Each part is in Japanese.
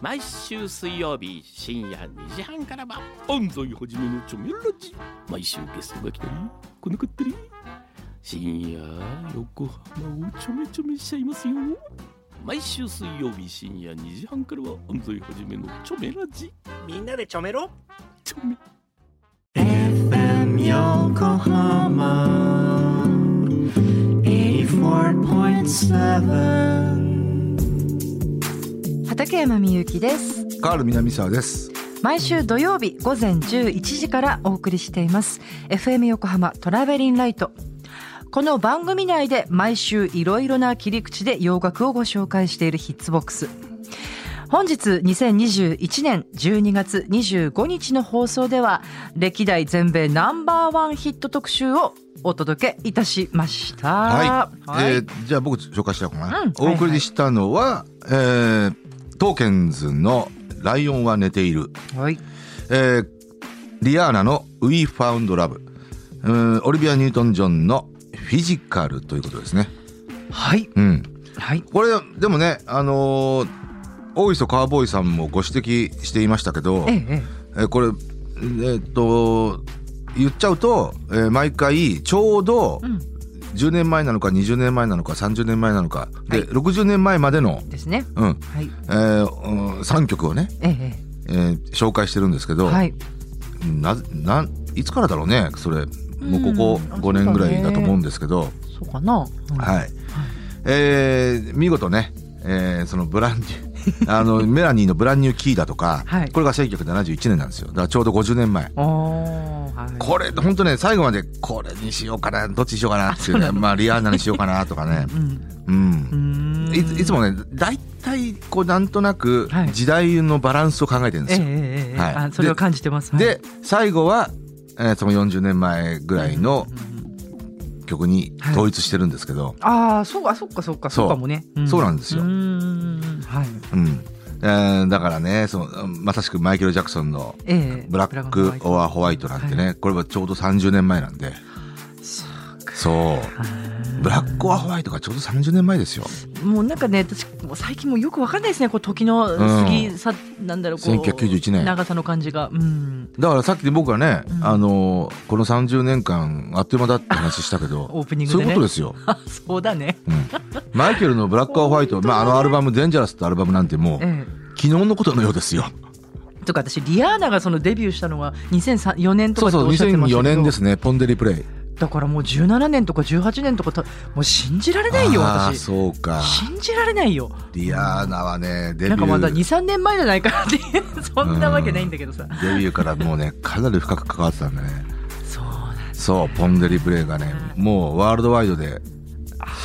毎週水曜日深夜2時半からは安西はじめのチョメラジ毎週ゲストが来たり来なかったり深夜横浜をちょめちょめしちゃいますよ毎週水曜日深夜2時半からは安西はじめのチョメラジみんなでちょめろチョメ FM Yokohama 84.7畠山みゆきですカール南沢です。毎週土曜日午前11時からお送りしています FM 横浜トラベリンライトこの番組内で毎週いろいろな切り口で洋楽をご紹介しているヒッツボックス本日2021年12月25日の放送では歴代全米ナンバーワンヒット特集をお届けいたしましたはい。はいえーじゃあ僕紹介しようかな。うんお送りしたのは、えー、トーケンズのライオンは寝ている。はいえー、リアーナの We Found Love。うんオリビア・ニュートン・ジョンのフィジカルということですね。はいうん。はいこれ、でもね、あのー大磯カーボーイさんもご指摘していましたけど、ええええーこれえーっと言っちゃうと、えー毎回ちょうどうん10年前なのか20年前なのか30年前なのかで、60年前までのえ、ですねうんはいえーうん3曲をね、えええー紹介してるんですけええど、はいなないつからだろうねそれもうここうんあ5年ぐらいだと思うんですけど、そうかな、うんはい、えー見事ね、えーそのブランニュー あのメラニーの「ブランニューキー」だとか、はいこれが1971年なんですよだからちょうど50年前。おーはいこれ本当ね最後までこれにしようかなどっちにしようかなっていうねまあリアーナにしようかなと かねうんうん、うーんいついつもね大体こうなんとなくはい時代のバランスを考えてるんええですよ、ええええはいあそれを感じてますはいで最後は、えーその40年前ぐらいのうん曲に統一してるんですけど、ああそうかそうかそうかそそううかもねそうなんですようーんはいうんえーだからねそのまさしくマイケル・ジャクソンのええ「ブラック・オア・ホワイト」なんてね、これはちょうど30年前なんでそうかそうブラック・オア・ホワイトがちょうど30年前ですよもうなんかね私もう最近もうよくわかんないですねこう時の過ぎさ、なんだろうこう1991年長さの感じがうん だからさっき僕はね、うんあのーこの30年間あっという間だって話したけど オープニングそうでいうねことですよ、あそうだねうんマイケルの「ブラック・アホワイト」まあ、あのアルバム「デンジャラス」ってアルバムなんてもう、え昨日のことのようですよえとか私リアーナがそのデビューしたのは2004年とそかうってそうおっしゃってましたけど2004年ですね「ポンデリプレイだからもう17年とか18年とかたもう信じられ」ないよああ私そうか信じられないよリアーナはねデビなュんかまだーデ23年前じゃないからっていうそんなわけないんだけどさビューからもうねかなり深く関わってたんだねそうなんだそう「ポンデリプレイ」がねもうワールドワイドで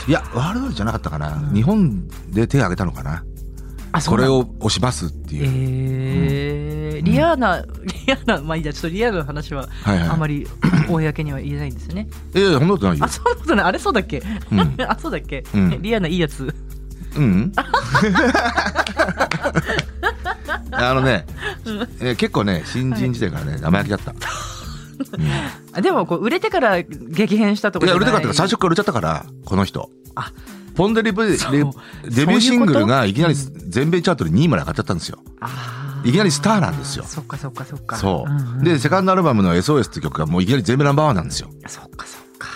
いやワールドワイドじゃなかったかな、日本で手を挙げたのかなあそこうなれんだを押しますっていう、えーリアーナリアーナまあいいやちょっとリアーナの話ははいはいあまり 公には言えないんですよねええそんなことないよあそういうことないあれそうだっけ、うん あそうだっけ、うんリアーナいいやつ うん。あのね、えー結構ね、新人時代からね、生焼 きだった。あでもこう売れてから激変したとかいじや、ゃ売れなたかったから、最初から売れちゃったから、この人。あポンデリブレそうデデビューシングルがそういうこといきなり全米チャートで2位まで上がっちゃったんですよ。あいきなりスターなんですよそっかそっかそっかそんんう。で、セカンドアルバムの SOS って曲がもういきなり全米ナンバーワンなんですよ。そっかそっか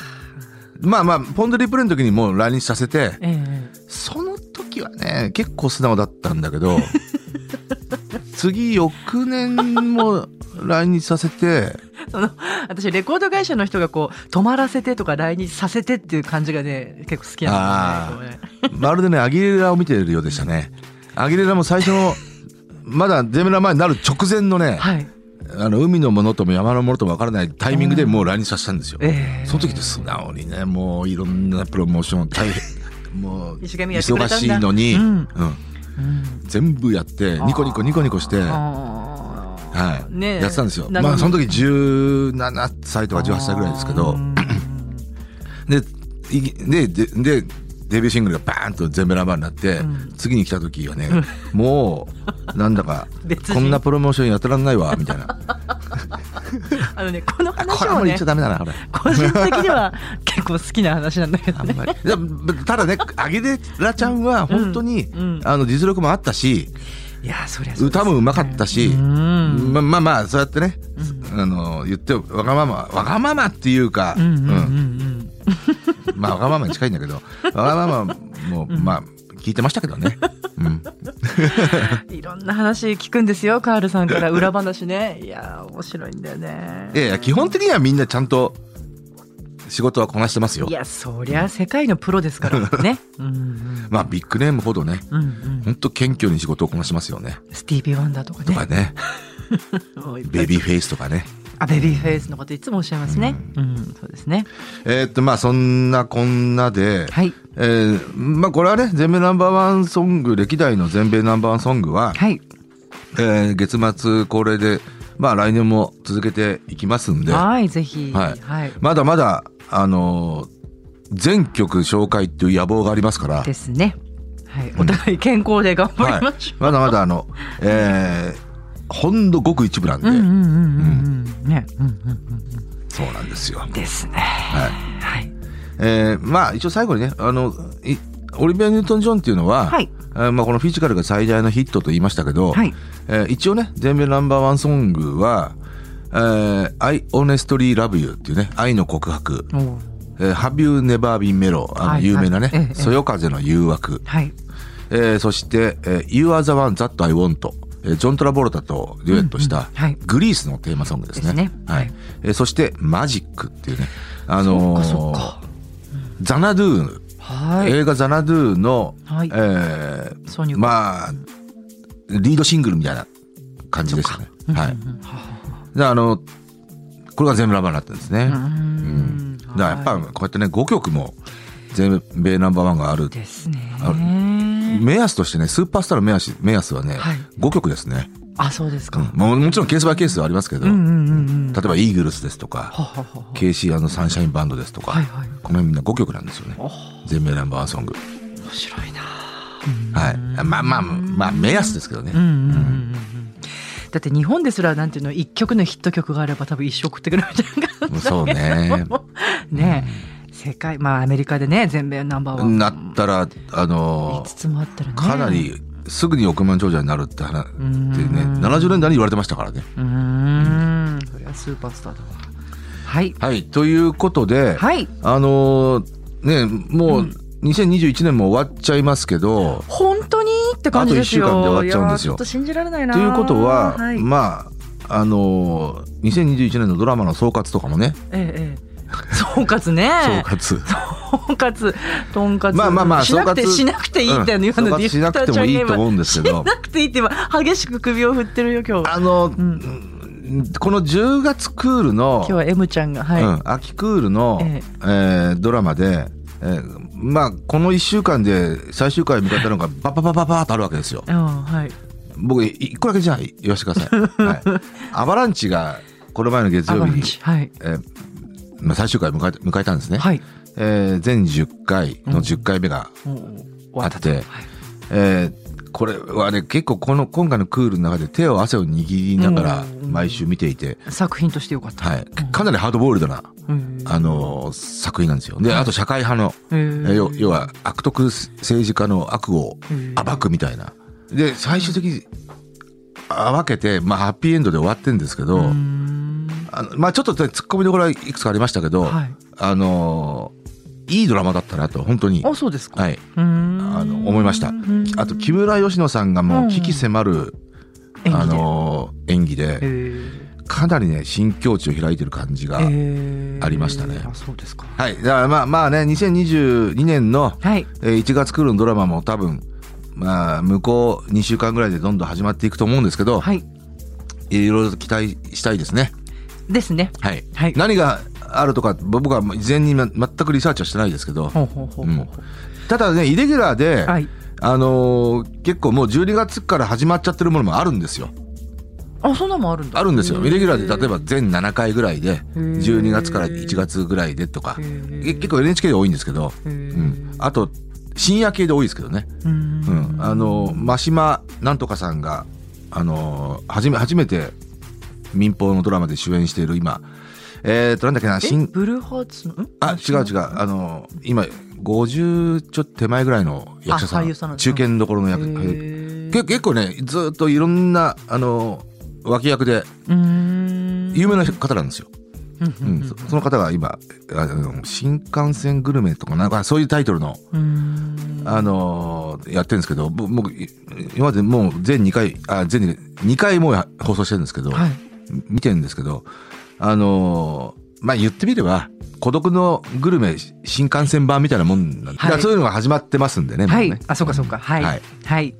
まあまあ、ポンデリブレの時にもう来日させて、ええその時はね、結構素直だったんだけど、 次、翌年も来日させて、その 私レコード会社の人がこう泊まらせてとか来日させてっていう感じがね結構好きなんですよね。まるでね、アギレラを見てるようでしたね。アギレラも最初の、まだゼミラ前になる直前のね、はい。あの海のものとも山のものともわからないタイミングでもう来日させたんですよ。ええその時って素直にね、もういろんなプロモー ション大変、もう一生懸命やってくれたんだ忙しいのに、うんうんうん全部やって、ニコニコニコニコして、はあーい、ねえやってたんですよ。なるほどまあその時17歳とか18歳ぐらいですけどう、んでいでででデビューシングルがバーンと全米ナンバーになって、うん次に来た時 はね、もうなんだか別人こんなプロモーションやってらんないわみた いなあのねこのあこ話れあんもまり言ねっちゃダメだなこれ個人的には結構好きな話なんだけどあね。ん まりでもただねアゲデラちゃんは本当に、うんうんあの実力もあったしいやそりゃ歌もうまかったし、うんままあまあそうやってね、うんあの言ってわがままわがままっていうか、うんうんうんうんうんまあわがままに近いんだけどわがままも、まあ聞いてましたけどね、うん、いろんな話聞くんですよカールさんから裏話ねいやー面白いんだよねいやいや基本的にはみんなちゃんと仕事はこなしてますよいやそりゃ世界のプロですからねうんうんまあビッグネームほどねうんうんほんと謙虚に仕事をこなしてますよねスティービー・ワンダーとかとねかねベビーフェイスと かねあベビーフェイスのこといつもおっしゃいますねうん、そうですねえーっとまあそんなこんなで、はいえーまあこれはね全米ナンバーワンソング歴代の全米ナンバーワンソングは、はいえー月末恒例でまあ来年も続けていきますんではいぜひはいはいまだまだあのー全曲紹介っていう野望がありますからですねはいお互い健康で頑張りましょまだまだあの、えー、ほんのごく一部なんうで、うんうんうんうんうんねうんうんうんうんそうなんですよ。ですねはい。はいえーまあ一応最後にね、あの、いオリビア・ニュートン・ジョンっていうのは、はいえーまあ、このフィジカルが最大のヒットと言いましたけど、はいえー一応ね、全米ナンバーワンソングは、えー I honestly love you っていうね、愛の告白、おーえー Have you never been mellow? あの、はい有名なね、はいええそよ風の誘惑、はいえーそして、えー You are the one that I want、えージョン・トラボルタとデュエットしうた、んはいグリースのテーマソングですね。ですねははいいえーそして、マジックっていうね、あのーそっかザナドゥ、はい映画ザナドゥの、はいえー挿入歌まあ、リードシングルみたいな感じでしたね。はい。うんはで、あの、これが全部ラバーになったんですね。あうんだからやっぱ、はこうやってね、5曲も全米ナンバーワンがあるい。ですねあ目安としてね、スーパースターの目安目安はね、はい5曲ですね。あそうですうかんまあ、もちろんケースバイケースはありますけど、うんうんうんうん例えばイーグルスですとはか、ははは KC& サンシャインバンドですとか、はいはいこの辺みんな5曲なんですよね。全米ナンバーワンソング。面白いなはい。まあまあ、まあ、目安ですけどね。うんうんうんうんうんだって日本ですらなんていうの一曲のヒット曲があれば多分一生食ってくれるみたいな感じそう ね。ねえ世界まあアメリカでね全米ナンバーワンなったら、あの5、つもあったらねかなりすぐに億万長者になるって話ってんね、70年代に言われてましたからね。うーんそりゃスーパースターだわはいはい。ということで、はいあのーね、もうう2021年も終わっちゃいますけど、本当にって感じですよあと一週間で終わっちゃうんですよいやーちょっと信じられないなということは、はい、まあ、あのー2021年のドラマの総括とかもね、ええええ総括ね総括。とんかつ、とんかつ。まあまあまあしなくて、総括しなくていいって、うん今のディレクターちゃんが今総括しなくてもいいと思うんですけどしなくていいって今、激しく首を振ってるよ、今日。あの、んこの10月クール今、の日は M ちゃんが、はい。うん、秋クールの、ええードラマで、えーまあ、この1週間で最終回を迎えたのが、バババババーっとあるわけですよ。うん、はい。僕、1個だけじゃあ言わせてくだ さい。はい、アバランチが、この前の月ア曜バラ日ンに、チ。はい。えーまあ、最終回を迎えた迎えたんですね。はい。えー全10回の10回目が、もう終わったとあってはいえーこれはね、結構この、今回のクールの中で手を汗を握りながらうん毎週見ていて、作品としてよかった。はい、かなりハードボールドな、うんあのー作品なんですよ。で、あと社会派の、へーえ要要は悪徳政治家の悪を暴くみたいな。で、最終的に暴けて、まあ、ハッピーエンドで終わってんですけど、うーんあのまあ、ちょっとね突っ込みどころはいくつかありましたけど、はいあのーいいドラマだったなと、本当に。あ、そうですか。。はいい。あの、思いました。あと、木村佳乃さんがもう、危機迫る、演技であのー演技えで、かなりね、新境地を開いてる感じが。ありましたねあ、そうですか。はい。だからまあまあね、2022年の、はい。えー1月クールのドラマも多分、まあ、向こう2週間ぐらいでどんどん始まっていくと思うんですけど、はい。い、ろいろと期待したいですね。ですね。はい。はい何があるとか、僕は事前にま全くリサーチはしてないですけほど、うほうほうほう。ただね、イレギュラーで、はいあのー結構もう12月から始まっちゃってるものもあるんですよ。あ、そんなのもあるんだ。あるんですよ。イレギュラーへで、例えば全7回ぐらいで、12月からへー1月ぐらいでとか、ーけ結構 NHK で多いんですけど、へうーん。あと、深夜系で多いですけどね。うーんうん、あの真島なんとかさんがあのはじめ初めて民放のドラマで主演している今えっ、となんだっけなえ新ブルーハーツのんあ違う違うあの今50ちょっと手前ぐらいの役者さあ俳ん優さんなんです中堅どころの役へー俳け結構ねずっといろんなあの脇役でうーん有名な方なんですよ、うんううんんそその方が今あの新幹線グルメとかなんかそういうタイトルの、うんあのーやってるんですけどぼ僕い今までもう全2回あ全2回もう放送してるんですけど、はい見てるんですけどあのーまあ言ってみれば孤独のグルメ新幹線版みたいなもんなんで、はいそういうのが始まってますんでね。もうはいねあそうかそうかはいははいい、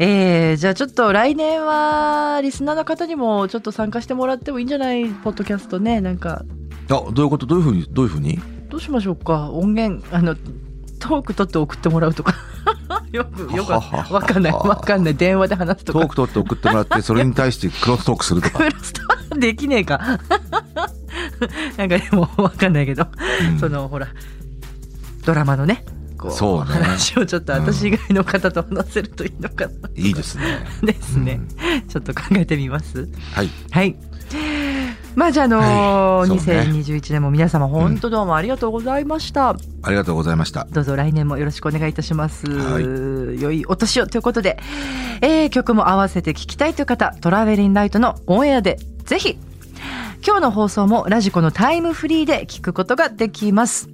えーじゃあちょっと来年はリスナーの方にもちょっと参加してもらってもいいんじゃないポッドキャストねなんかあどういうことどういうふうにどういうふうにどうしましょうか音源あのトーク取って送ってもらうとか よくよくわわかんないわかんない電話で話すとトかーク取って送ってもらってそれに対してクロストークするとか、クロストークできねえかなんかでもわかんないけど、う んそのほらドラマのねこうそうね話をちょっとうん私以外の方と話せるといいのかな、いいですね。ですね、ちょっと考えてみますはいはいまあじゃああのはいそうね2021年も皆様本当どうもありがとうございました、ありがとうございました。どうぞ来年もよろしくお願いいたします。は良いお年をということで、えー曲も合わせて聴きたいという方、トラベリンライトのオンエアでぜひ。今日の放送もラジコのタイムフリーで聞くことができます。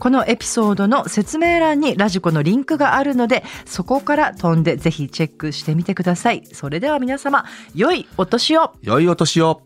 このエピソードの説明欄にラジコのリンクがあるので、そこから飛んでぜひチェックしてみてください。それでは皆様、良いお年を良いお年を